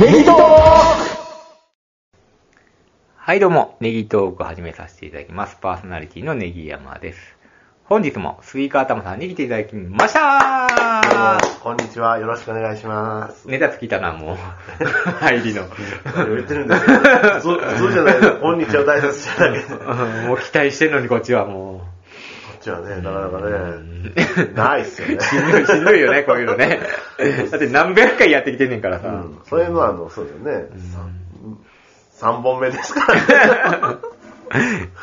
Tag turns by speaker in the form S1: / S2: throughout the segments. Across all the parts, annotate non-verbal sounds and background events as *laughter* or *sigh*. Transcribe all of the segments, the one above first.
S1: ネギトーク
S2: はい、どうも、ネギトークを始めさせていただきます。パーソナリティのネギ山です。本日もスイカ頭さんに来ていただきました
S3: こんにちは。よろしくお願いします。
S2: ネタ尽きたな、もう。入りの。
S3: 言ってるんですけど、そう、そうじゃないです。こんにちは大切じゃない。こ
S2: もう期待してんのに、こっちはも
S3: っちはね、なかな
S2: う。
S3: かね、
S2: うん
S3: ないっすよね。
S2: しんどい、しんどいよね、こういうのね。だって何百回やってきてんねんから
S3: う
S2: さ。
S3: ん。それもあの、そうですよね。3本目です *laughs* からね。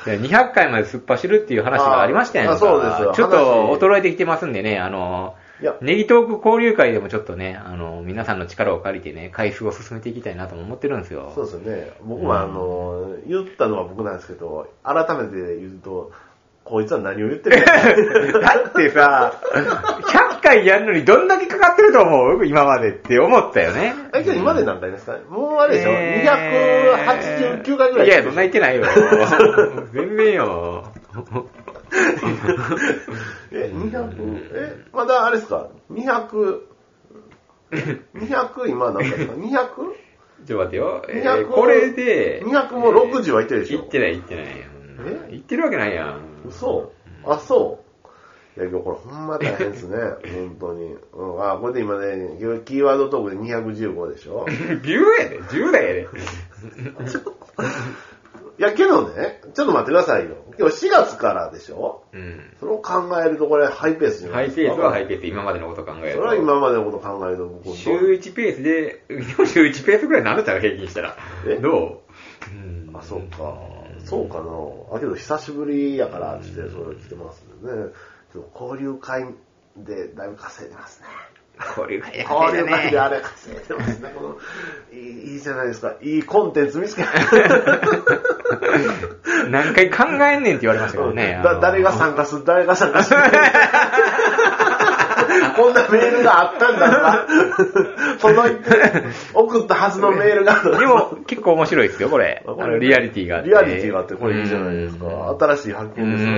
S2: いや200回まで突っ走るっていう話がありましたやんか
S3: あそうですよ
S2: ちょっと衰えてきてますんでね、あの、
S3: いや、
S2: ネギトーク交流会でもちょっとね、あの、皆さんの力を借りてね、回数を進めていきたいなとも思ってるんですよ。
S3: そうですよね。僕はあの、言ったのは僕なんですけど、改めて言うと、こいつは何を言ってるんだ *laughs*
S2: だってさ、100回やるのにどんだけかかってると思う今までって思ったよね。
S3: え、今日今まで何回ですかもうあれでしょ
S2: え
S3: *laughs*
S2: ー
S3: ?289 回ぐらい。
S2: いや、そんな言ってないよ。全然よ。
S3: え、200、え、まだあれですか ?200、200今何回
S2: *laughs*
S3: ですか 200?
S2: ちょ、待ってよ。えー
S3: 200
S2: これで、
S3: 200も60はいってるでし
S2: 言
S3: ょ
S2: ってない言ってないよ。
S3: え
S2: 言ってるわけないやん。 *laughs*
S3: 嘘あ、そういや、今日これほんま大変
S2: *laughs*
S3: ですね。本当に。うん、あ、これで今ね、キーワードトークで215でしょ
S2: 10やで、10だやで。
S3: いや、けどね、ちょっと待ってくださいよ。今日4月からでしょ
S2: うん。
S3: それを考えるとこれハイペースじゃな
S2: ハ
S3: いで
S2: イ
S3: す
S2: ペ
S3: か。
S2: ースはハイペース、今までのこと考える
S3: そ
S2: と。
S3: れは今までのこと考えると僕は
S2: 週1ペースで、でも週1ペースぐらいになるじゃん、平均したら
S3: え。
S2: どううん
S3: あ、そうか。そうかな。あ、けど久しぶりやから、って、それ来てますんでね。でも交流会でだいぶ稼いでますね。
S2: 交流会で稼い
S3: 交
S2: だ
S3: 流会で
S2: ね。
S3: あれ稼いでますね。このいいいいじゃないですか。いいコンテンツ見つけた。
S2: 何回考えんねんって言われましたけどね。あ
S3: だ
S2: の
S3: 誰が参加する、誰が参加する。 *laughs* こんなメールがあったんだとか、
S2: *laughs*
S3: 届いて、送ったはずのメールが。*laughs*
S2: でも、結構面白いですよ、これ。あ
S3: これ
S2: のリアリティがあって。
S3: リアリティがあって、これいいじゃないです
S2: うん
S3: か。新しい発見ですね。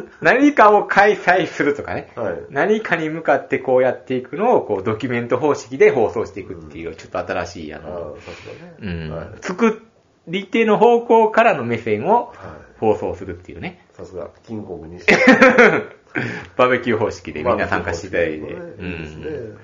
S2: うん何かを開催するとかね、
S3: *laughs* はい
S2: 何かに向かってこうやっていくのをこうドキュメント方式で放送していくっていう、ちょっと新しいあ
S3: あ
S2: の、
S3: ーさすがね
S2: うん
S3: はい
S2: 作り手の方向からの目線を
S3: は
S2: 放送するっていうね、
S3: さすが、キングコング
S2: *laughs*
S3: 西。
S2: バーベキュー方式でみんな参加していただいて、
S3: まあ
S2: う
S3: いいですね
S2: ん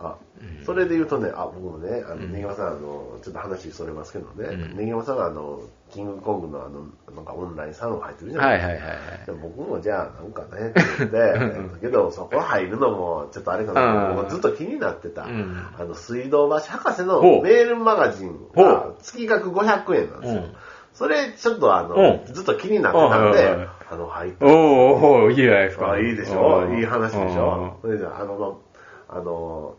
S3: あ、それで言うとね、あ、僕もね、あの、ネギマさん、あの、ちょっと話それますけどね
S2: う、ん
S3: ネギマさんがあの、キングコングのあの、なんかオンラインサロン入ってるじゃ
S2: は
S3: ないい
S2: はいはい
S3: す
S2: はい。
S3: か。で僕もじゃあなんかねって言って、えっとけどそこ入るのもちょっとあれかな、
S2: うん
S3: 僕ずっと気になってた、
S2: うん
S3: あの水道橋博士の
S2: ほう
S3: メールマガジン
S2: ほ
S3: が月額500円なんですよ。
S2: うん
S3: それちょっとあの、
S2: う
S3: ずっと気になってたん
S2: うんうんう
S3: で
S2: ん、
S3: あの入って
S2: おーおーいいじゃないですか。
S3: あいいでしょ
S2: うん
S3: いい話でしょそれじゃあ、あの、あの、あの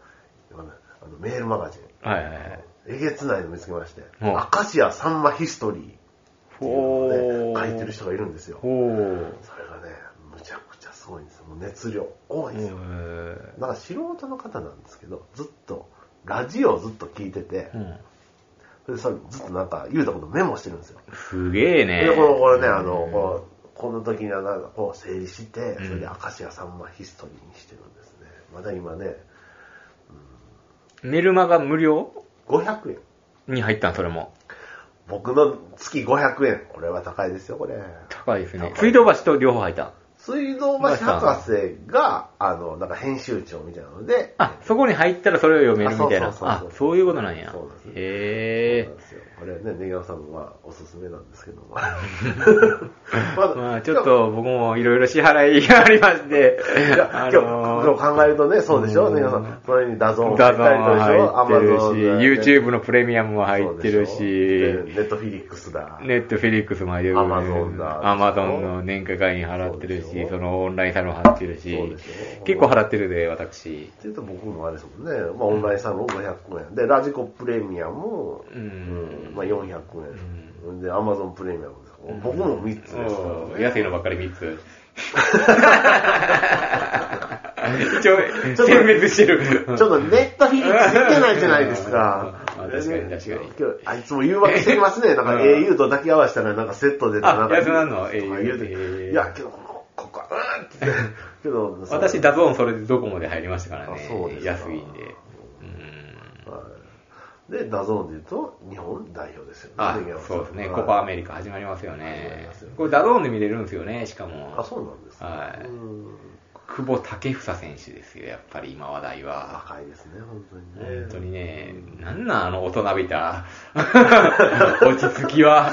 S3: メールマガジン、
S2: うんはいはいはい。
S3: えげつないの見つけまして、
S2: うん
S3: アカシアさんまヒストリーっていうのをね、書いてる人がいるんですよ。
S2: ほー
S3: それがね、むちゃくちゃすごいんですよ。もう熱量多いんですよ。
S2: うん
S3: なんか素人の方なんですけど、ずっと、ラジオをずっと聞いてて
S2: う、ん
S3: それでそれずっとなんか言うたことメモしてるんですよ。
S2: すげえね。
S3: で、この、これね、あの、こうこの時にはなんかこう整理して、それで
S2: うん
S3: 明石家さんまヒストリーにしてるんですね。まだ今ね、
S2: メルマが無料
S3: 500円。
S2: に入ったん、それも。
S3: 僕の月500円。これは高いですよ、これ。
S2: 高いですね。
S3: 高い
S2: 水道橋と両方入った。
S3: 水道橋博士が、あの、なんか編集長みたいなので、
S2: あ、そこに入ったらそれを読めるみたいな。
S3: あそうそうそう
S2: あ
S3: そう、
S2: そういうことなんや
S3: そうなんです。そうなん
S2: へえ。
S3: ですよこれね、ネギワさんはおすすめなんですけ
S2: *laughs*
S3: ども。まだ
S2: まあ、ちょっと僕もいろいろ支払いがありま *laughs* して
S3: いや、今
S2: あ
S3: 日、今
S2: の
S3: 日考えるとね、そうでしょ、
S2: うん
S3: ネギワさん。それにダゾーンも
S2: ー、
S3: 入
S2: ダ
S3: っ
S2: ゾ
S3: たりとでし
S2: ン
S3: ょ、
S2: 入ってるし
S3: Amazon、
S2: YouTube のプレミアムも入ってる
S3: そうで
S2: し、
S3: しょでネットフィリックスだ。
S2: ネットフェリックスも入ってる
S3: Amazon だ
S2: アマゾンの年会会員払ってる
S3: そうで
S2: し
S3: し、ょ
S2: そのオンラインサロン払ってるし
S3: そうでしょ、
S2: 結構払ってるで、私。
S3: っていうと僕もあれですもんね、まあ、オンラインサロン500円でラジコプレミアム、
S2: うん
S3: うんまあ、400円、でアマゾンプレミアムです、僕も3つですから
S2: うん安いのばっかり3つ。
S3: *laughs*
S2: 一応、
S3: と
S2: 選別してる。。
S3: ちょっとネットフィリックス見てないじゃないですか
S2: *laughs* あ確かに確かに
S3: 今日あいつも誘惑してきますね。なんか
S2: *laughs* うん
S3: au と抱き合わせたらなんかセットでなんか。
S2: あ安なの
S3: とか言
S2: au
S3: うて
S2: えー
S3: いや、けど、ここ、ここ、うんって言って。けど、その
S2: 私、ダゾーンそれでドコモで入りましたからね。
S3: あそうですか
S2: 安いんで。うん
S3: はいで、ダゾーンで言うと、日本代表ですよね。
S2: あ
S3: ネギ山、さん
S2: そうですね。
S3: はい
S2: コパアメリカ始まりますよ
S3: 始まり
S2: ね
S3: ますよね。
S2: これダゾーンで見れるんですよね、しかも。
S3: あ、そうなんですね。
S2: はい
S3: うん
S2: 久保建英選手ですよ、やっぱり今話題は。
S3: 若いですね、本当にね。
S2: 本当にね、なんなんあの大人びた *laughs* 落ち着
S3: *laughs*
S2: きは。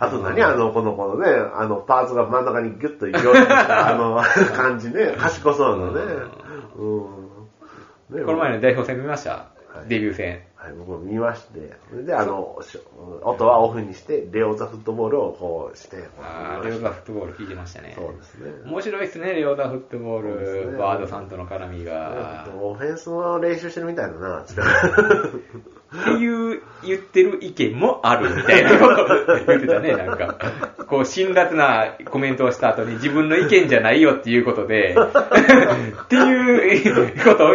S3: あと何あの、この子のね、あの、パーツが真ん中にギュッと行きようと
S2: *laughs*
S3: した、あの、感じね、賢そうなね。うん。ね
S2: この前の代表戦見ました、
S3: はい
S2: デビュー戦。
S3: はい、僕も見まして、それで、あの、し音はオフにして、レオザフットボールをこうして、
S2: あー
S3: 見
S2: レ
S3: ま
S2: オ
S3: し
S2: ザフットボール聞いてましたね
S3: た。そうですね。
S2: 面白いですね、レオザフットボー
S3: そうです
S2: ル、
S3: ね
S2: バードさんとの絡みが。
S3: オフェンスの練習してるみたいだな、 *laughs*
S2: っていう言ってる意見もあるみたいなことを言ってたね、なんか。こう、辛辣なコメントをした後に自分の意見じゃないよっていうことで、っていうことを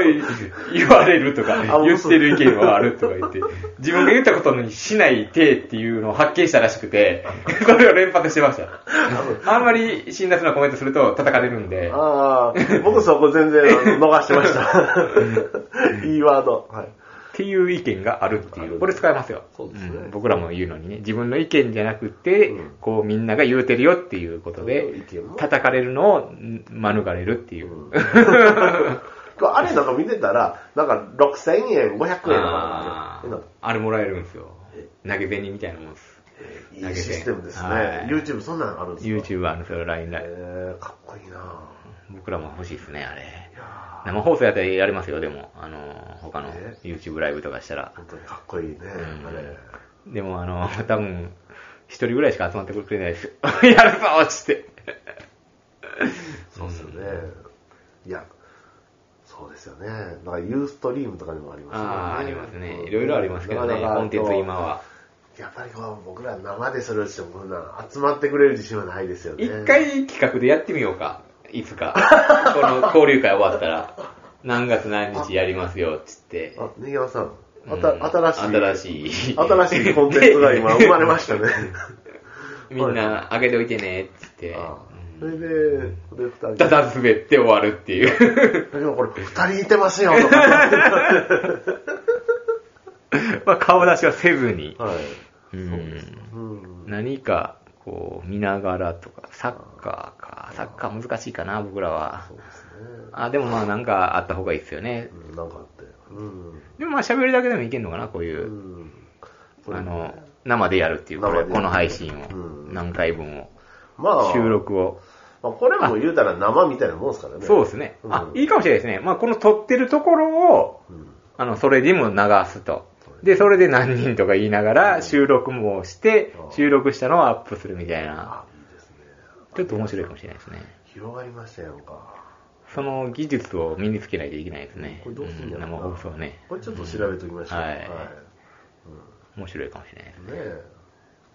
S2: 言われるとか
S3: あ、
S2: 言ってる意見はあるとか言って、自分が言ったことにしない手っていうのを発見したらしくて、それを連発してました。あんまり辛辣なコメントすると叩かれるんで、
S3: ああ、僕そこ全然あの逃してま
S2: *laughs*
S3: した。いいワード。はい。
S2: っていう意見があるって
S3: あ
S2: いう。
S3: る
S2: これ使えますよ。
S3: そうですね
S2: ん僕らも言うのにね、自分の意見じゃなくて、
S3: うん
S2: こうみんなが言うてるよっていうこと
S3: そういう
S2: で
S3: 意見も、
S2: 叩かれるのをん免れるっていう。
S3: あれなんか見てたら、なんか6000円、500円と
S2: あ
S3: か
S2: ー
S3: なんか
S2: あれもらえるんですよ
S3: え。
S2: 投げ銭みたいなもんです。
S3: いいシステムですね。
S2: はい
S3: YouTube そんなのあるんですか
S2: YouTuber のそれ LINE ライン
S3: えー、かっこいいな
S2: 僕らも欲しいですね、あれ
S3: い。やー
S2: 生放送やったらやりますよ、でも。あの、他の
S3: え
S2: YouTube ライブとかしたら。
S3: 本当にかっこいいね、あれ。
S2: でもあの、多分、一人ぐらいしか集まってくれないですよ。 *laughs* やるぞつって。
S3: そうですよね。いや、そうですよね。なんかユーストリームとかでもありますよね。
S2: ああ、ありますね。いろいろありますけどね、コンテンツ今。は。
S3: やっぱりこう僕ら生でそれをしてもこんな集まってくれる自信はないですよね。
S2: 一回企画でやってみようか。いつか。この交流会終わったら、何月何日やりますよ、つって。
S3: あ、ネギ山さん、あ
S2: うん
S3: た新しい。
S2: 新しい。
S3: 新しいコンテンツが今生まれましたね。
S2: で *laughs* みんな、あげといてね、つって。
S3: あそれで、これ二人。
S2: だだ滑って終わるっ
S3: *laughs*
S2: ていう。
S3: でもこれ二人いてますよ、とか。
S2: まあ、顔出しはせずに。
S3: はい。
S2: うん
S3: うん。
S2: 何か、こう、見ながらとか、サッカーか。サッカー難しいかな、僕らは
S3: そ。うです
S2: あ、でもまあ、なんかあった方がいいですよね。
S3: ね。うんなんかあって。うん。
S2: でもまあ喋るだけでもいけんのかな、こういう、
S3: うん。
S2: あの、生でやるっていう、こ
S3: 生
S2: れ、
S3: で
S2: この配信を、
S3: うん
S2: 何回分を、
S3: まあ、
S2: 収録を。
S3: まあ、これも言うたら生みたいなもんですからね。
S2: そうですね。あ、
S3: うん
S2: いいかもしれないですね。まあこの撮ってるところを、
S3: うん。
S2: あの、それでも流すと。で、それで何人とか言いながら、収録もして
S3: う、ん
S2: 収録したのをアップするみたい
S3: あ、
S2: な、
S3: いいですね。
S2: ちょっと面白いかもしれないですね。
S3: 広がりましたやんか。
S2: その技術を身につけないといけないですね。
S3: これどうすん
S2: ん
S3: やろ
S2: 生
S3: な
S2: 放送ね。
S3: これちょっと調べておきましょう。
S2: うんはい
S3: うん
S2: 面白いかもしれないですね。
S3: ね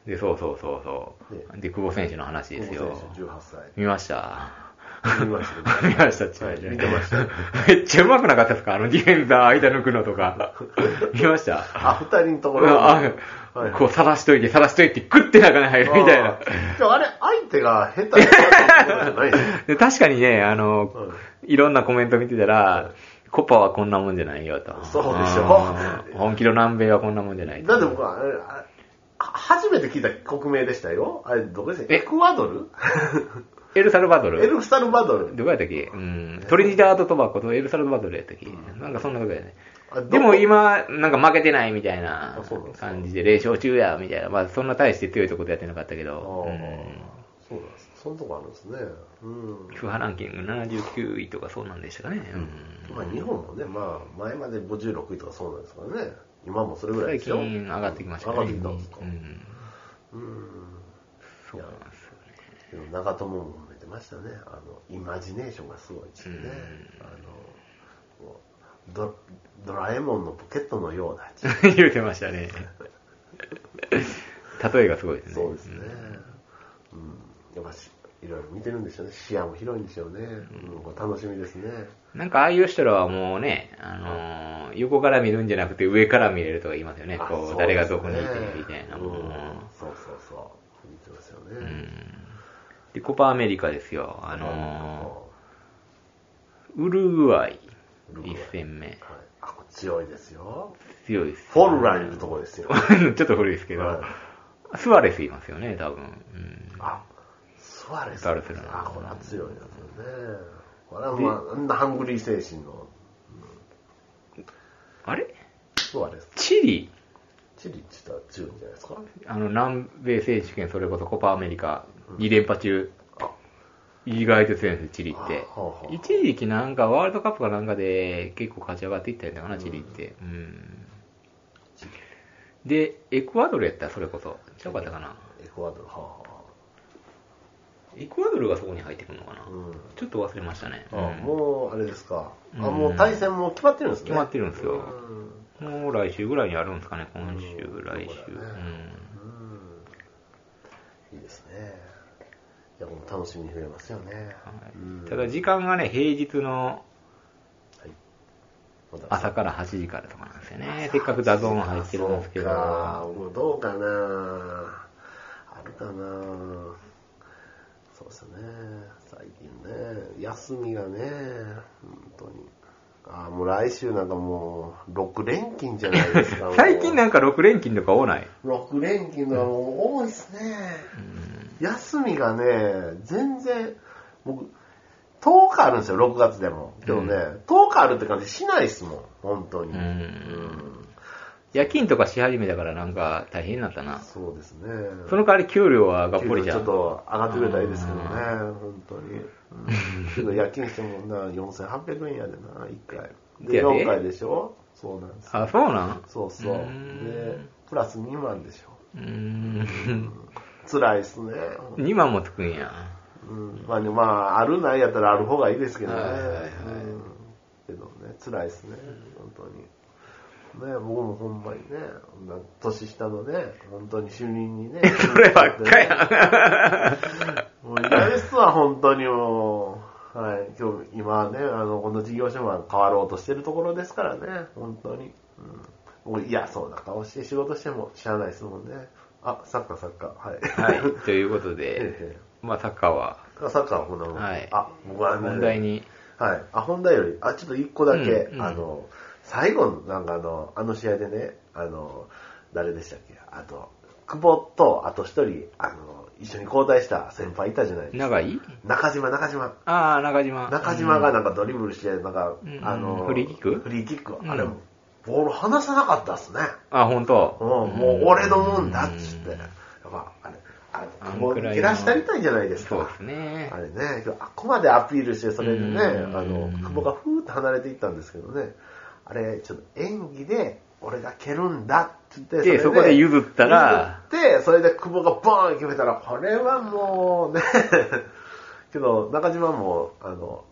S3: え。
S2: で、そうそうそうそう。で、久保選手の話です
S3: 久
S2: よ
S3: 保。選手18歳。
S2: 見ました。
S3: 見ましたね。
S2: *laughs* 見ました、ちなみに
S3: 見てました。
S2: *laughs* めっちゃ上手くなかったですかあのディフェンダー間抜くの
S3: *laughs*
S2: とか。見ました。
S3: あ、二人のところ。
S2: ああ
S3: はい
S2: こう、さらしといて、さらしといて、グッて中に入るみたいな
S3: あ。ー。じゃああれ、相手が下手になったってことじゃない
S2: *laughs*
S3: ですね
S2: で確かにね、あの、、
S3: はい
S2: ろんなコメント見てたら、コパはこんなもんじゃないよと。
S3: そうでしょ
S2: あー本気の南米はこんなもんじゃない
S3: い。
S2: と
S3: だって僕は、あれあれ初めて聞いた国名でしたよ。あれ、どこでした
S2: え
S3: エクアド
S2: *laughs*
S3: ル
S2: エルサルバドル。
S3: エルサルバドル。
S2: どこやったっけうん。トリニダード・トバコとエルサルバドルやったっけなんかそんなことやね
S3: あど。こ
S2: でも今、なんか負けてないみたいな
S3: あそうなんですか
S2: 感じで、0勝中や、みたいな。まあそんな大して強いとことやってなかったけ
S3: ああ
S2: ど、うん。
S3: そうなんです。そのとこあるんですね。うん。
S2: f ランキング79位とかそうなんでしたかね。うん。
S3: まあ日本もね、まあ前まで56位とかそうなんですからね。今もそれぐらい
S2: 最
S3: ですよ。
S2: 近上がってきましたね。
S3: 上がってきたんですか。
S2: うん。 *laughs*
S3: うん。
S2: そうなんですよね。
S3: でも長友も褒めてましたね。あの、イマジネーションがすごいですね。あの、もうドドラえもんのポケットのような。
S2: 言うてましたね。例えがすごいですね。
S3: そうですね。うん。やっぱし、いろいろ見てるんでしょうね。視野も広いんでしょうね。うん、これ楽しみですね。
S2: なんかああいう人らはもうね、あのー横から見るんじゃなくて上から見れるとか言いますよね。
S3: あ
S2: こ、
S3: そうう
S2: 誰がどこにいて
S3: ですね
S2: みたいな。
S3: う
S2: もうん
S3: そうそうそう。見てますよね。
S2: うんで、コパアメリカですよ。あの
S3: は
S2: ーウルグアイ
S3: ウルグアイ
S2: 1戦目。
S3: い、あ強いですよ。
S2: 強いです。
S3: フォルランいるとこですよ。
S2: *laughs* ちょっと古いですけど、
S3: はい
S2: スワレスいますよね、多分。うん
S3: あ、スワレス。
S2: スワレスだな
S3: あ、これは強いやつだね。これはまあ、あんなハングリー精神の
S2: あれ
S3: スワレス。
S2: チリ
S3: チリって言ったら強いんじゃないですか。
S2: あの、南米選手権、それこそコパアメリカ、2連覇中、意外と強いんですよ、チリって
S3: あはあは。あ
S2: 一時期なんか、ワールドカップかなんかで結構勝ち上がっていったんだかな、チリって。うん。で、エクアドルやったらそれこそ。ちゃうかったかな。
S3: エクアドル、はあは
S2: エクアドルがそこに入ってくるのかな
S3: あ。。うん。
S2: ちょっと忘れましたね。
S3: あ
S2: うん
S3: もう、あれですか。あ、
S2: うん
S3: もう対戦も決まってるんですね。
S2: 決まってるんですよ
S3: うん
S2: もう来週ぐらいにやるんですかね、今
S3: うん
S2: 週、来週。
S3: そうだよねうんいいですね。いや、もう楽しみに増えますよね。
S2: うんはい
S3: うん
S2: ただ、時間がね、平日の
S3: はい。まだ
S2: 朝から8時からとかなんですよね。せっかくダゾーン入ってるんですけど。
S3: そうかもうどうかなあるかなそうですね。最近ね、休みがね、本当に。ああ、もう来週なんかもう、6連勤じゃないです
S2: *laughs*
S3: か。もう
S2: 最近なんか6連勤とか多ない。
S3: 6連勤がもう多いですね。休みがね、全然、僕、10日あるんですよ、6月でも。けどね、
S2: う
S3: 10日あるって感じしないですもん、本当に。
S2: うん
S3: うん
S2: 夜勤とかし始めたからなんか大変になったな。
S3: そうですね。
S2: その代わり給料はがっ
S3: 給
S2: ぽ
S3: 料
S2: りじ
S3: ち
S2: ゃ
S3: ょっ
S2: ん。
S3: と上がってくれたらいいですけどね、本当
S2: *laughs*
S3: に。けど夜勤してもな、4800円やでな、1回。
S2: い
S3: で、
S2: やね
S3: 4回でしょそうなんです。
S2: あ、そうなん
S3: そうそう。
S2: うん
S3: で、プラス2万でしょ。
S2: うーん。
S3: 辛いっすね。
S2: 2万もつくんや。
S3: うんまあね、まあ、あるないやったらある方がいいですけどね。
S2: はいはいはい
S3: うんけどね、辛いですね、本当に。ね、僕もほんまにね、こんな年下のね、本当に就任にね。
S2: そればっかや。
S3: もう嫌ですわ、本当にもう。はい、今日、今はね、あの、この事業所が変わろうとしてるところですからね、本当に。うん、もう嫌そうな顔して仕事してもしゃあないですもんね。あ、サッカーサッカー、はい。 *laughs*
S2: はい。ということ
S3: え *laughs*
S2: で、
S3: え
S2: まあサッカーは
S3: あサッカーはこんなもん。
S2: はい
S3: あ、僕はね、
S2: 問題に。
S3: はい。あ、本題より、あ、ちょっと一個だけ、
S2: うんうん
S3: あの、最後の、なんかあの、あの試合でね、あの、誰でしたっけあと、久保と、あと一人、あの、一緒に交代した先輩いたじゃないですか。
S2: 長い
S3: 中島、中島。
S2: ああ、中島。
S3: 中島がなんかドリブルして、なんか、
S2: うん
S3: あの、
S2: フリーキック
S3: フリーキック
S2: う。ん
S3: あれも、ボール離さなかったっすね。
S2: あ、本当。
S3: うん、もう俺のもんだっつって。
S2: う
S3: や
S2: ん
S3: っぱ、あれ、あ
S2: あ
S3: 久
S2: ん
S3: 保
S2: くらいの
S3: 蹴らしたりたいじゃないです
S2: そう
S3: か
S2: で。すね
S3: あ。れね、あここまでアピールして、それでね、
S2: うん
S3: あの、久保がふーっと離れていったんですけどね、あれ、ちょっと演技で、俺が蹴るんだって言って、
S2: でそこで譲ったら、
S3: 譲って、それで久保がボーン決めたら、これはもうね、 *laughs* けど、中島も、あの、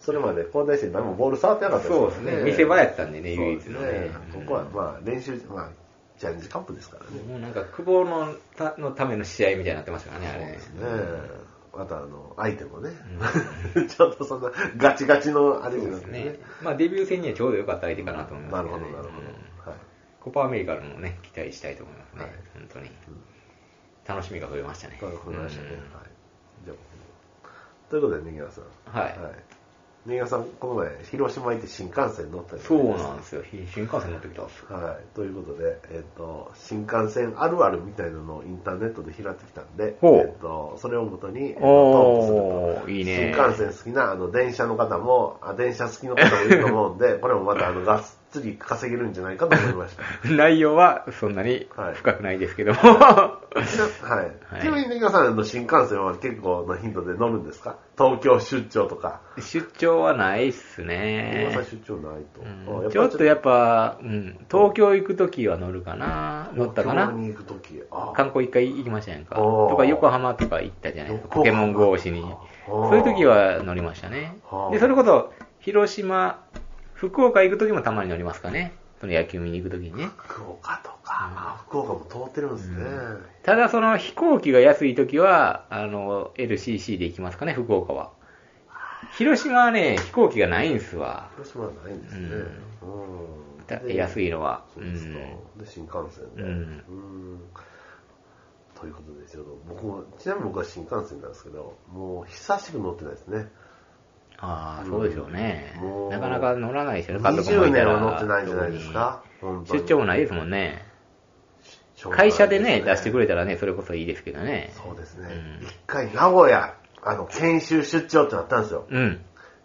S3: それまで交代して何もボール触ってなかった
S2: そうですね。見せ場やったんで
S3: そ
S2: ね、
S3: う
S2: 唯
S3: で
S2: 一
S3: す
S2: のね
S3: ね。。ここは、まあ、練習、まあ、チャレンジカップですからね。
S2: もうなんか、久保のたのための試合みたいになってましたからね、あれね。
S3: ねえ、またあの、相手もね、 *laughs* ちょっとそんなガチガチのあれじゃなくてね。
S2: ねまあ、デビュー戦にはちょうど良かった相手かなと思います
S3: な
S2: け
S3: る
S2: ど
S3: ほ
S2: ね
S3: ど、なるほ
S2: うん
S3: ど。はい。
S2: コパアメリカのもね、期待したいと思いますね。
S3: はい
S2: 本当に。楽しみが増えましたね。
S3: なるほど、ましたね。
S2: う
S3: は
S2: ん
S3: い。じゃあ、ということで、ネギワさん。
S2: はい
S3: ネギワさん、この前、広島行って新幹線乗ったじゃ
S2: そ
S3: ないで
S2: う
S3: すか
S2: なんですよ。新新幹線乗ってきたんですよ。
S3: はい。ということで、えっ、と、新幹線あるあるみたいなのをインターネットで拾ってきたんで、
S2: ほう
S3: えっ、と、それをもとに、えーとトークすると。
S2: おー、いいね。
S3: 新幹線好きな、あの、電車の方も、あ電車好きの方もいると思うん
S2: *laughs*
S3: で、これもまた、あの、がっつり稼げるんじゃないかと思いました。
S2: *laughs* 内容はそんなに
S3: はい
S2: 深くないですけども。 *laughs*
S3: ちなはい。
S2: はい
S3: ちなみに、ね、皆さんあの新幹線は結構の頻度で乗るんですか東京出張とか。
S2: 出張はないっすね。
S3: 皆さん出張ないと。あ
S2: うんちょっとやっ
S3: ぱ
S2: ぱ、うん、東京行くときは乗るかな、乗ったか
S3: 東京
S2: な。
S3: に行くとき、あ
S2: 観光一回行きましたやんか。
S3: おー
S2: とか横浜とか行ったじゃないですか。
S3: 横浜
S2: ポケモン GO しに。
S3: おー
S2: そういう時は乗りましたね
S3: はあ。
S2: で、それこそ、広島、福岡行く時もたまに乗りますかね。その野球見に行く時にね。
S3: 福岡とか、あ福岡も通ってるんですね。
S2: ただその飛行機が安い時は、あの、LCC で行きますかね、福岡は。広島はね、飛行機がないんすわ。
S3: 広島はないんですね。
S2: た
S3: うん。
S2: 安
S3: い。
S2: いのは。
S3: そうですか。
S2: うん
S3: で、新幹線で。
S2: うん
S3: うんということですよ。僕も、ちなみに僕は新幹線なんですけど、もう久しく乗ってないですね。
S2: ああ、そうでしょうね
S3: もう。
S2: なかなか乗らないでしょ、家族も
S3: 20
S2: いた
S3: 年
S2: ら
S3: は乗ってないんじゃないですか。本当
S2: 特に
S3: に
S2: 出張もないですもんね。会社でね、出してくれたらね、それこそいいですけどね。
S3: そうですね
S2: うん。
S3: 一、回名古屋、あの、研修出張ってなったんですよ。
S2: うん。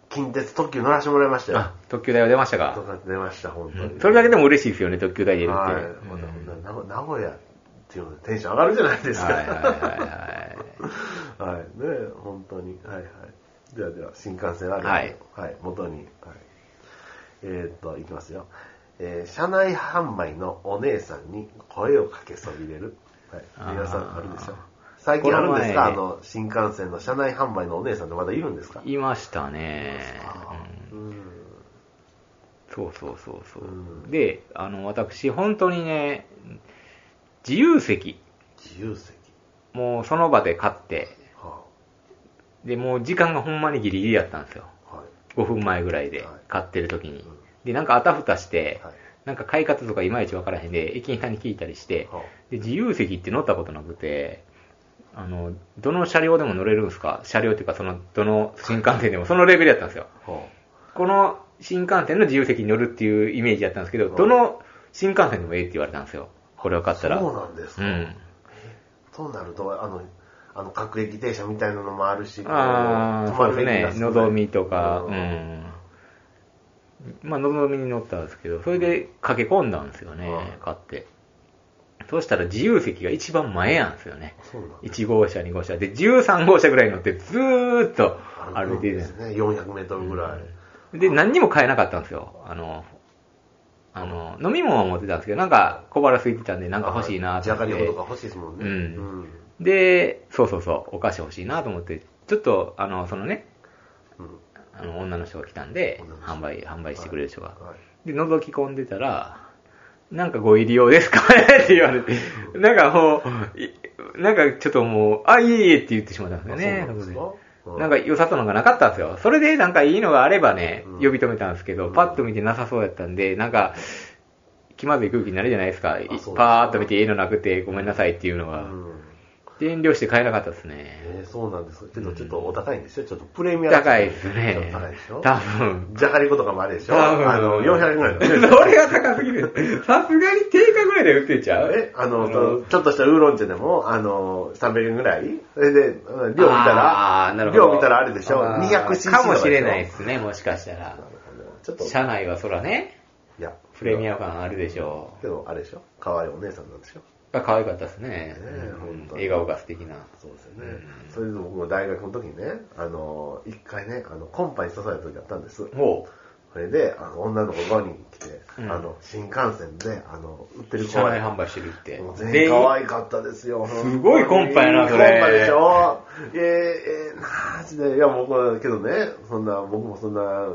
S3: 近鉄特急乗らせてもらいましたよ
S2: あ。、特急代は出ました
S3: と
S2: か。
S3: か出ました、本当に。
S2: それだけでも嬉しいですよね、特急代出るって。
S3: はい
S2: うん
S3: ほんとほんと名古。名古屋っていうのでテンション上がるじゃないですか。
S2: はいはいはいはい。
S3: はい、ねえ本当に。はいはい。ではでは、新幹線ある
S2: はい。
S3: はい、元に。はい、えーっと、いきますよ。えー車内販売のお姉さんに声をかけそびれる。はい。皆さ
S2: あ
S3: ん
S2: ー
S3: あるでしょ最近あるんですかあ
S2: この前
S3: の、新幹線の車内販売のお姉さんってまだいるんですか
S2: いましたね。うん
S3: うん。
S2: そうそうそうそうう。
S3: ん
S2: で、あの、私、本当にね、自由席、
S3: 自由席。
S2: もうその場で買って、
S3: は
S2: で、もう時間がほんまにギリギリやったんですよ。
S3: あ、はい。
S2: 5分前ぐらいで
S3: はい、
S2: 買ってる時に
S3: うん。
S2: で、なんかあたふたして
S3: はい、
S2: なんか買い方とかいまいちわからへんで、駅員さんに聞いたりして
S3: はあ、
S2: で、自由席って乗ったことなくて、あの、どの車両でも乗れるんですか車両っていうか、その、どの新幹線でも、そのレベルやったんですよ。
S3: は
S2: この新幹線の自由席に乗るっていうイメージだったんですけど、
S3: はい
S2: どの新幹線でもええって言われたんですよ。これを買
S3: あ、
S2: っ
S3: そ
S2: たら。
S3: うなんですか、
S2: うん。
S3: そうなると、あの、あの、各駅停車みたいなのもあるし、
S2: ああ、
S3: こ
S2: そう
S3: う
S2: ですね。のぞみとか、
S3: う
S2: うんん。まあ、のぞみに乗ったんですけど、それで駆け込んだんですよね、
S3: はい
S2: 買って。そうしたら自由席が一番前なんですよね。
S3: そうなんだ
S2: 1号車、2号車で、13号車ぐらいに乗って、ずーっと歩いて
S3: で
S2: る
S3: すね。400メートルぐらい。
S2: で、何にも買えなかったんですよ。あの、あの、飲み物は持ってたんですけど、なんか小腹空いてたんで、なんか欲しいな
S3: じ
S2: と
S3: ゃ
S2: 思
S3: が
S2: っ
S3: り
S2: て。
S3: ころとか欲しいですもんね。
S2: うんで、そうそうそう、お菓子欲しいなと思って、ちょっと、あの、そのね、
S3: うん。
S2: あの、女の人が来たんで
S3: 女の、人
S2: 販売、販売してくれる人が。
S3: はい
S2: で、覗き込んでたら、なんかご入り用ですかねって言われて、なんかもう、いなんかちょっともう、あ、いえいえって言ってしまったんですよね。
S3: あそうなんですか
S2: そこで
S3: うん
S2: なんか良さそうなのがなかったんですよ。それでなんかいいのがあればね
S3: うん、
S2: 呼び止めたんですけど、
S3: うん
S2: パッと見てなさそうやったんで、なんか、気まずい空気になるじゃないですか。い
S3: そうですね
S2: パーッと見ていいのなくてごめんなさいっていうのが。
S3: うん
S2: 遠慮して買えなかったですね。
S3: えーそうなんです。けどちょっとお高いんですよ。ちょっとプレミアム。
S2: 高いですね
S3: ちょっと高いでし。ょ
S2: 多分。
S3: じゃがりことかもあれでしょ
S2: 多分
S3: あの、400ぐらい
S2: そ *laughs*
S3: の。
S2: れが高すぎる。さすがに定価ぐらいで売ってちゃう
S3: えあの、
S2: うん
S3: そのちょっとしたウーロン茶でも、あの、300円ぐらいそれで、うん量見た
S2: あ
S3: ら
S2: ーなる、ほど
S3: 量見たらあれでしょ
S2: あー
S3: ?200cc
S2: かもしれない
S3: で。
S2: ですすね、もしかしたら
S3: な。るほどちょっと、
S2: 社内はそらね、
S3: いや、
S2: プレミア感あるでしょ
S3: けど、あれでしょ可愛いお姉さんなんでしょ
S2: う。あ可愛かったですね。
S3: ね
S2: うん
S3: 本当に
S2: 笑顔が素敵な。
S3: そうですよね。それで僕も大学の時にね、あの、一回ね、あの、コンパに誘われた時あったんです。
S2: ほ
S3: それで、あの、女の子5人来て、
S2: うん
S3: あの、新幹線で、あの、売って
S2: う。
S3: る
S2: 社
S3: 子
S2: 内販売してるって
S3: もう。全
S2: 全
S3: 員
S2: 員。
S3: 可愛かったですよ。
S2: すごいコンパやなそれ
S3: いいコンパでしょ。えー、えー、なーで、いや、僕は、けどね、そんな、僕もそんな、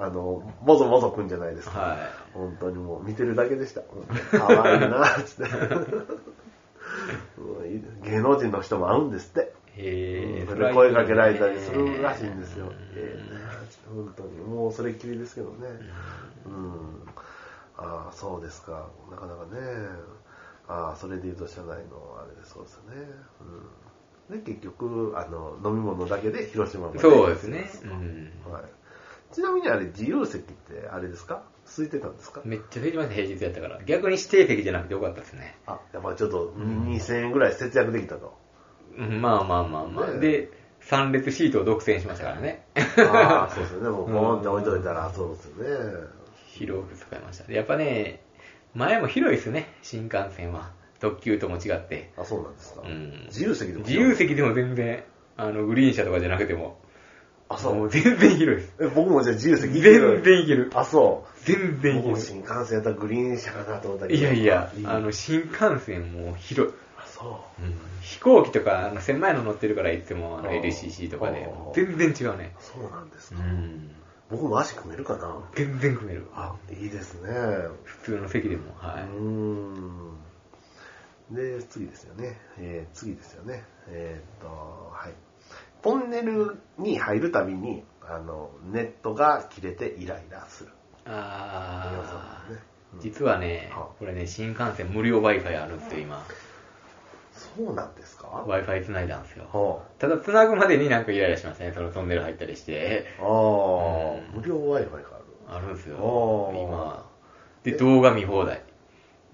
S3: あの、もぞもぞくんじゃないですか。
S2: は
S3: 本当にもう見てるだけでした。可愛いなーっつって。 *laughs* もういいです芸能人の人も会うんですって。
S2: い。へ
S3: それ声かけられたり
S2: ね
S3: するらしいんですよ。ええ本当に。もうそれっきりですけどね。うん。ああ、そうですか。なかなかね。ああ、それで言うと社内のあれでそうですね。うん。で、結局、あの、飲み物だけで広島まで。
S2: そうですね。うん。
S3: はい。ちなみにあれ、自由席ってあれですか空いてたんですか
S2: めっちゃ減りました、平日やったから。逆に指定席じゃなくてよかったですね。
S3: あ、やっぱりちょっと2000円ぐらい節約できた
S2: *laughs*
S3: と。
S2: うんまあまあまあまあ。
S3: ね
S2: で、3列シートを独占しましたからね。 *laughs*
S3: ああ、そうですよね。もうボーンって置いといたら、そうですよね。
S2: 広く使いました。でやっぱね、前も広いですね、新幹線は。特急とも違って。
S3: あ、そうなんですか。
S2: うん
S3: 自由席でも
S2: 自由席でも全然、あの、グリーン車とかじゃなくても、
S3: あ、そ
S2: もう
S3: う。
S2: 全然広いです。
S3: え、僕もじゃあ自由席
S2: 全
S3: 行ける
S2: 然いける。
S3: あ、そう。
S2: 全然
S3: 僕
S2: いけ
S3: も
S2: る。
S3: 新幹線やったらグリーン車かなと思ったけど。
S2: いやいや
S3: い、
S2: あの、新幹線も広い。
S3: あ、そ
S2: うん飛行機とか、あの、狭いの乗ってるからいつも、あの、
S3: あー
S2: LCC とかで、
S3: あー
S2: もう全然違うね
S3: う。。そうなんです
S2: う
S3: か。
S2: ん。
S3: 僕も足組めるかな。
S2: 全然組める。
S3: あ、いいですね。
S2: 普通の席でも、
S3: う
S2: は
S3: ー
S2: い。
S3: ん。で、次ですよね。えー次ですよね。えーっと、はい。トンネルに入るたびに、あの、ネットが切れてイライラする。皆
S2: あ
S3: さん
S2: ー
S3: ねうん
S2: 実はね
S3: あ、
S2: これね、新幹線無料 Wi-Fi あるんですよ、今。
S3: そそうなんですか
S2: Wi-Fi 繋いだんですよ。
S3: は
S2: ただ繋ぐまでになんかイライラしますね。そのトンネル入ったりして。
S3: ああー、無料 Wi-Fi がある。
S2: あるんですよ。
S3: おー
S2: 今。で、動画見放題。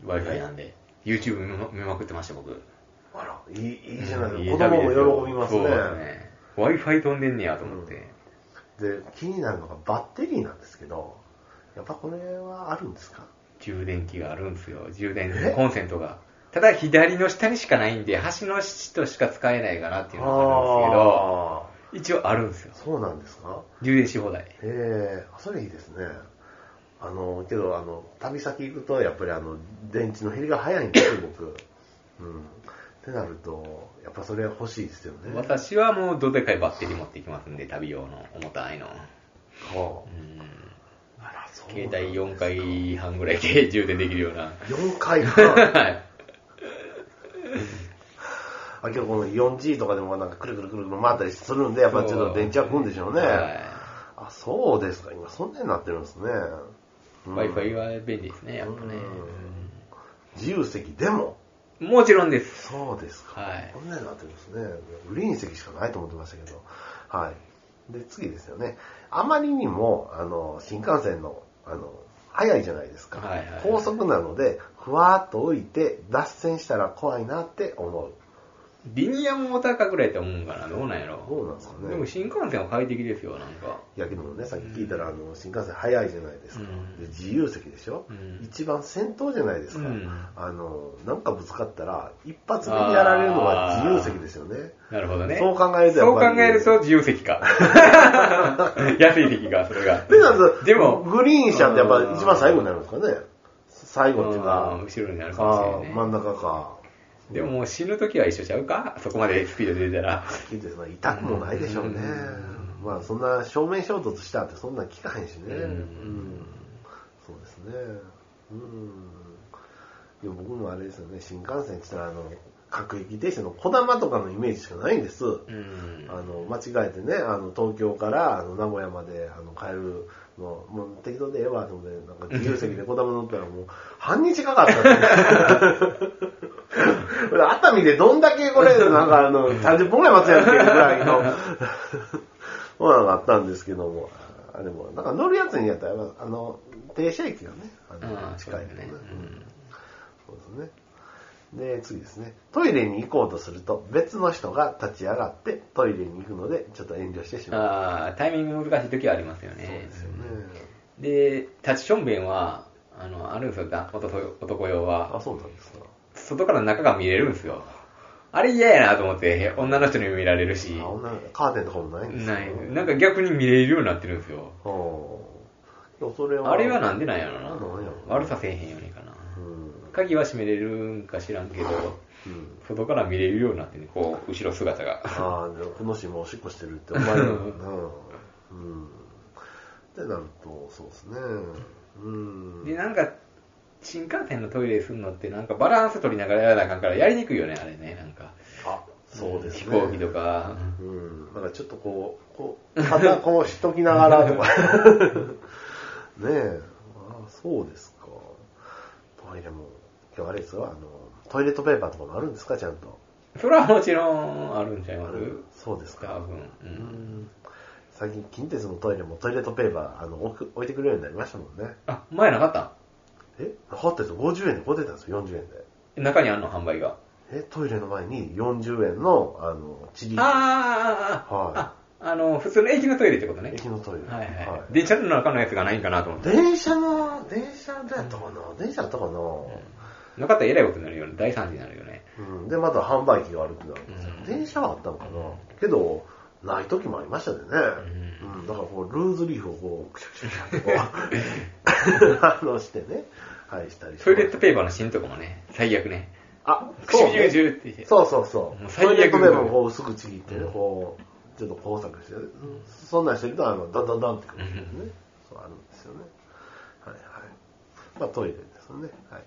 S2: Wi-Fi なんで。YouTube 見ま見まくってました、僕。
S3: あら、いいいいじゃない
S2: うん
S3: ですか。子供も喜びます
S2: そうです
S3: ね。
S2: ね。Wi-Fi 飛んでんねやと思って。
S3: で、気になるのがバッテリーなんですけど、やっぱこれはあるんですか
S2: 充電器があるんですよ。充電
S3: え
S2: コンセントが。ただ左の下にしかないんで、端の下しか使えないかなっていうのがあ
S3: あ
S2: るんですけど、一応あるんですよ
S3: ー。そうなんですか
S2: 充電し放題。
S3: ええそれいいですね。あの、けど、あの、旅先行くと、やっぱりあの、電池の減りが早いんですよ、僕。うん。ってなると、やっぱそれ欲しいですよね。
S2: 私はもうどでかいバッテリー持ってきますんで、旅用の重たいの。
S3: は
S2: うん
S3: ああら、そうなん
S2: 携
S3: です
S2: 帯4回半ぐらいで充電できるような。
S3: 4回半。
S2: はい。
S3: あ、けどこの 4G とかでもなんかくるくるくるくる回ったりするんで、やっぱちょっと電池は食うんでしょうね。
S2: は
S3: あ、そうですか。今、そんなになってるんですね。
S2: い。
S3: うん
S2: Wi-Fi は便利ですね、やっぱね。
S3: 自由席でも。
S2: もちろんです。
S3: そうですか。
S2: はい
S3: こんなになってるんですね。輪席しかないと思ってましたけど。はい。で、次ですよね。あまりにも、あの、新幹線の、あの、早いじゃないですか。
S2: はいはいはい
S3: 高速なので、ふわーっと置いて、脱線したら怖いなって思う。
S2: リニアモーターカーぐらいって思うんかな、どうなんやろ。
S3: どうなんですかね
S2: でも新幹線は快適ですよ、なんか。
S3: いやけどもね、さっき聞いたら、あの、新幹線早いじゃないですか。
S2: うん
S3: で、自由席でしょ、
S2: うん
S3: 一番先頭じゃないですか。
S2: うん
S3: あの、なんかぶつかったら、一発目にやられるのは自由席ですよね。
S2: なるほどね。
S3: そう考えるとや
S2: そ
S3: っ
S2: う
S3: ぱり
S2: 考えると自由
S3: *laughs*
S2: 席か。安い席か、それが。
S3: で、なんか
S2: でも、
S3: グリーン車ってやっぱ一番最後になるんですかね。最後っていう
S2: う
S3: か
S2: ん、後ろになるかもしれ
S3: あ
S2: ないね
S3: ー真ん中か。
S2: でももう死ぬ時は一緒ちゃうかそこまでスピード出てたら。
S3: 聞いてさ、痛くもないでしょうね。まあ、そんな正面衝突したってそんなん聞かへんしね。
S2: うん
S3: うんそうですね。うん。いや僕もあれですよね、新幹線って言ったら、あの、各駅停車の小玉とかのイメージしかないんです。
S2: うん
S3: あの間違えてねあの東京からあの名古屋まであの帰るのもう適当でええわと思ってなんか自由席でこだま乗ったらもう半日かかったって熱海でどんだけこれなんかあの30分ぐらい待つやんけぐらいのものがあったんですけどもあれもなんか乗るやつにやったらあの停車駅がねあ
S2: あ
S3: の
S2: あ
S3: 近いの
S2: そうだ
S3: ね
S2: よね
S3: そうですね。で、次ですね。トイレに行こうとすると、別の人が立ち上がってトイレに行くので、ちょっと遠慮してしまう。
S2: ああ、タイミング難しい時はありますよね。
S3: そうですよね。
S2: で、立ちションベンは、あの、あるんですよ、だ男男用
S3: あ、
S2: は。
S3: そうなんですか。
S2: 外から中が見れるんですよ。あれ嫌やなと思って、女の人にも見られるし。
S3: あ、女の子カーテンとかもないんです
S2: ない。
S3: ね。
S2: なんか逆に見れるようになってるんですよ。
S3: おでもそれは。
S2: あれはなんでなんやろ
S3: なんなんやろ
S2: な。悪させえへんようにかな。
S3: うん。
S2: 鍵は閉めれるんか知らんけど、
S3: うん。
S2: 外から見れるようになってね、こう、後ろ姿が。
S3: ああ、でもこの人もおしっこしてるって思われるの
S2: *laughs*
S3: かな。うん。ってなると、そうですね。うん。
S2: で、なんか、新幹線のトイレするのって、なんかバランス取りながらやらなあかんから、やりにくいよね、あれね、なんか。
S3: あ、そうですね。
S2: 飛行機とか。
S3: うん、なんかちょっとこう、こう、肩こうしときながらとか。 *laughs* ねえ、あそうですか。トイレも、今日あれですよ、あの、トイレットペーパーとかもあるんですか、ちゃんと。
S2: それはもちろん、あるんちゃいます
S3: そうです
S2: 多
S3: か。
S2: 分。う。
S3: うんん。最近、近鉄のトイレもトイレットペーパー、あの、置く置いてくれるようになりましたもんね。
S2: あ、前なかったん
S3: えなかったですよ。50円で買ってたんですよ、40円で。
S2: 中にあんの、販売が。
S3: え、トイレの前に40円の、あの、チリ、
S2: あーあー、あーあー、ああの、普通の駅のトイレってことね。
S3: 駅のトイレ。
S2: はいはい。電車の中のやつがないんかなと思って。
S3: 電車の、電車だったかな電車だったかな、
S2: なかったらえらいことになるよね。大惨事になるよね。
S3: うん、で、まだ販売機があるってなるんですよ。
S2: うん
S3: 電車はあったのかなけど、ない時もありましたよね。うん、だからこう、ルーズリーフをこう、くしゃくしゃくしゃってこう、
S2: *laughs*
S3: 反応してね、はい、したりして。
S2: トイレットペーパーの芯とかもね、最悪ね。
S3: あ、
S2: くし
S3: そう
S2: ゅじゅ
S3: ね、
S2: うじゅうって言って。
S3: そうそうそう
S2: もう。最
S3: トイ
S2: 悪
S3: レットペーパーをこう、薄くちぎってね、こう、ちょっと工作して、うんそんなんしてると、あの、だんだんだんってくるんですね。そう、あるんですよね。はいはい。まあ、トイレですよね。はい。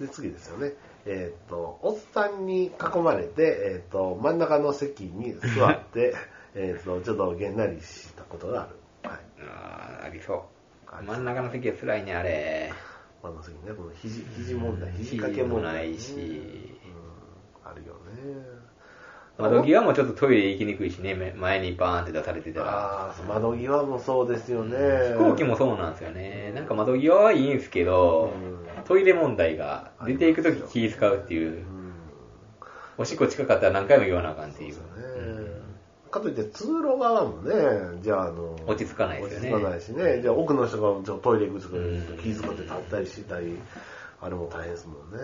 S3: で、次ですよね。えーっと、おっさんに囲まれて、えーっと、真ん中の席に座
S2: *laughs*
S3: って、えーっと、ちょっとげんなりしたことがある。はい。
S2: ああ、ありそ
S3: あ
S2: う。
S3: りそう
S2: 真ん中の席は辛いね、あれ。
S3: 真ん中の席ね、この肘、肘問題、
S2: 肘
S3: 肘掛け問
S2: もな
S3: 題。
S2: いし
S3: うんあるよ
S4: 窓
S3: ね。
S4: 際もちょっとトイレ行きにくいしね、め前にバーンって出されてたら。
S3: ああ、窓際もそうですよね。
S4: 飛行機もそうなんですよね。なんか窓際はいいんですけど、
S3: う
S4: トイレ問題が出ていくとき気使うっていうう、
S3: ん。
S4: おしっこ近かったら何回も言わなあかんっていう。
S3: ねかといって通路側もね、じゃあ、あの、
S4: 落ち着かないですよね
S3: 落ち着かないしね。じゃあ奥の人がちょっとトイレ行くとか気遣って立ったりしたり、あれも大変ですもんね。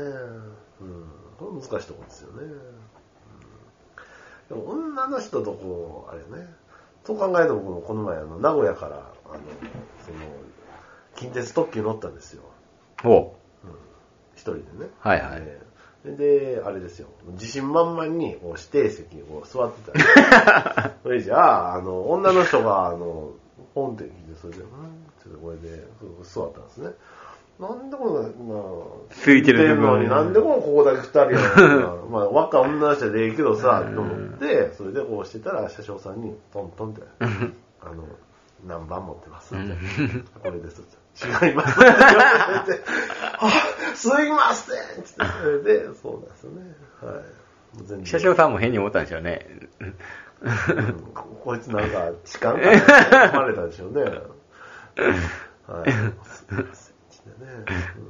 S3: うん。これ難しいところですよね。うん、でも女の人とこう、あれね、そう考えると僕もこの前、あの、名古屋から、あの、その、近鉄特急乗ったんですよ。うん
S2: お
S3: 一人でね。
S2: はいはい
S3: で。で、あれですよ。自信満々にこう指定席にこう座ってたんです
S2: *laughs*
S3: よ。それじゃあ、あの、女の人が、あの、ポンって来て、それで、うんちょっとこれでそう座ったんですね。なんでこの、まあ、
S2: 空いてる部分
S3: のに、なんでこのここだけ二人やのにまあ、若い女の人でええけどさ、と思って、それでこうしてたら、車掌さんに、トントンって、あの、何番持ってますって。これですって。違います
S2: *laughs*
S3: って言われて、あすいませんつって、それで、そうなんですよね。はい。全然
S2: 車掌さんも変に思ったんでしょうね。
S3: うんこ *laughs* こいつなんか痴漢かなって思われたんでしょうね。はい。すいませんつってね、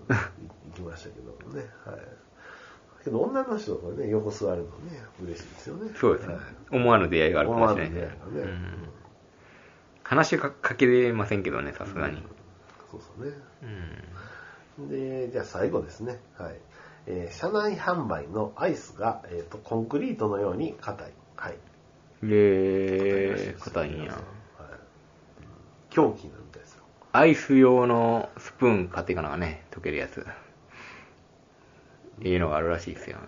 S3: うん行きましたけどもね。はい。けど女の人とかね、横座るのね、嬉しいですよね。
S2: そうですね
S3: はい。
S2: 思わぬ出会いがあるかもしれない
S3: 思わぬ出会いがね
S2: うん話しかけれませんけどね、さすがに。
S3: そうそうね。
S2: うん
S3: で、じゃあ最後ですね。はい。えー車内販売のアイスが、えーと、コンクリートのように硬い。はい。
S2: で、硬いんや
S3: はい。狂気なんですよ。
S2: アイス用のスプーン買っていかながね、溶けるやつ。いいのがあるらしいですよ。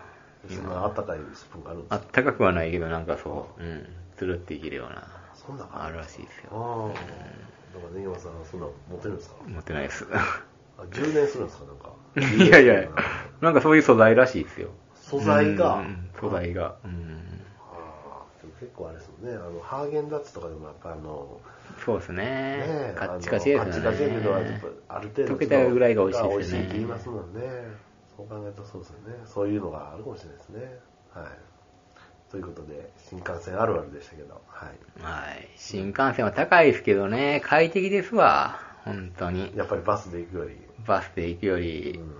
S3: そんなあったかいスプーンがあるんです
S2: あったかくはないけど、なんかそう、うん、つるっていけるような、
S3: そんなんが
S2: あ
S3: あるんで
S2: るら
S3: す
S2: しいです
S3: あ
S2: よ。
S3: あ。だからね、今さん、そんなん持ってるんですか
S2: 持ってないです。 *laughs*
S3: あ、充電するんですかなんか。
S2: いやいや、なんかそういう素材らしいですよ。
S3: 素材
S2: う
S3: が
S2: ん。素材が。うん。
S3: ああ。でも結構あれですもんね。あの、ハーゲンダッツとかでもやっぱあの、
S2: そうですね
S3: ね。
S2: カッチカチですよね。
S3: あのカッチカチやけど、やっぱある程度。
S2: 溶けたぐらいが美味しいですよ
S3: 美味しい
S2: ね
S3: って言いますもんね。そう考えるとそうですよね。そういうのがあるかもしれないですね。はい。ということで、新幹線あるあるでしたけど、はい。
S2: はい。新幹線は高いですけどね、快適ですわ。本当に。
S3: やっぱりバスで行くより、
S2: バスで行くより
S3: う。ん。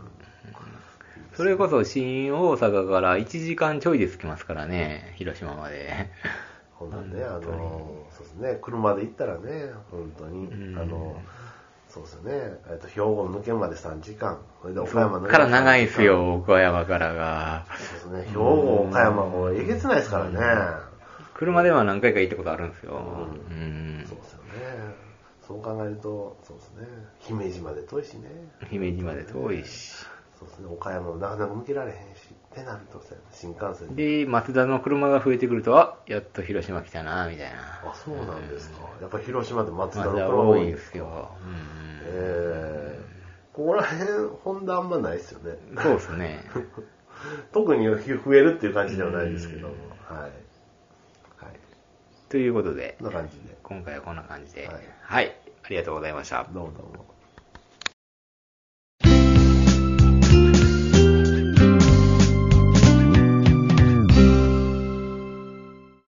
S2: それこそ新大阪から1時間ちょいで着きますからね、広島ま *laughs* で。
S3: こんなんね、あの、そうですね、車で行ったらね、本当に、
S2: うん
S3: あの、そうですよね、えっと、兵庫抜けまで3時間、それで岡
S2: そ
S3: 山
S2: っ
S3: 抜け
S2: から長い
S3: で
S2: ですす。よ、岡山からが。
S3: そうですね、兵庫、岡山もえげつないですからね。
S2: 車では何回か行ったことあるんですよ。
S3: う
S2: うん。
S3: そうですよね。そう考えると、そうですね。姫路まで遠いしね。
S2: 姫路まで遠いし。
S3: そうですね。岡山もなかなか向けられへんし。ってなるとさ、新幹線で。
S2: で、松田の車が増えてくると、あ、やっと広島来たな、みたいな。
S3: あ、そうなんですか。やっぱ広島で松田
S2: 松
S3: の
S2: 田
S3: 車
S2: 多
S3: 多
S2: い
S3: い
S2: ん
S3: ん
S2: ですよ。うん
S3: ええここら辺、ホンダあんまないですよね。
S2: そうです *laughs* ね。
S3: 特に増えるっていう感じではないですけども。はい。はい。
S2: ということで
S3: こん、な感じで。
S2: 今回はこんな感じで。
S3: は
S2: はいい、ありがとうございました。
S3: どうもどうも。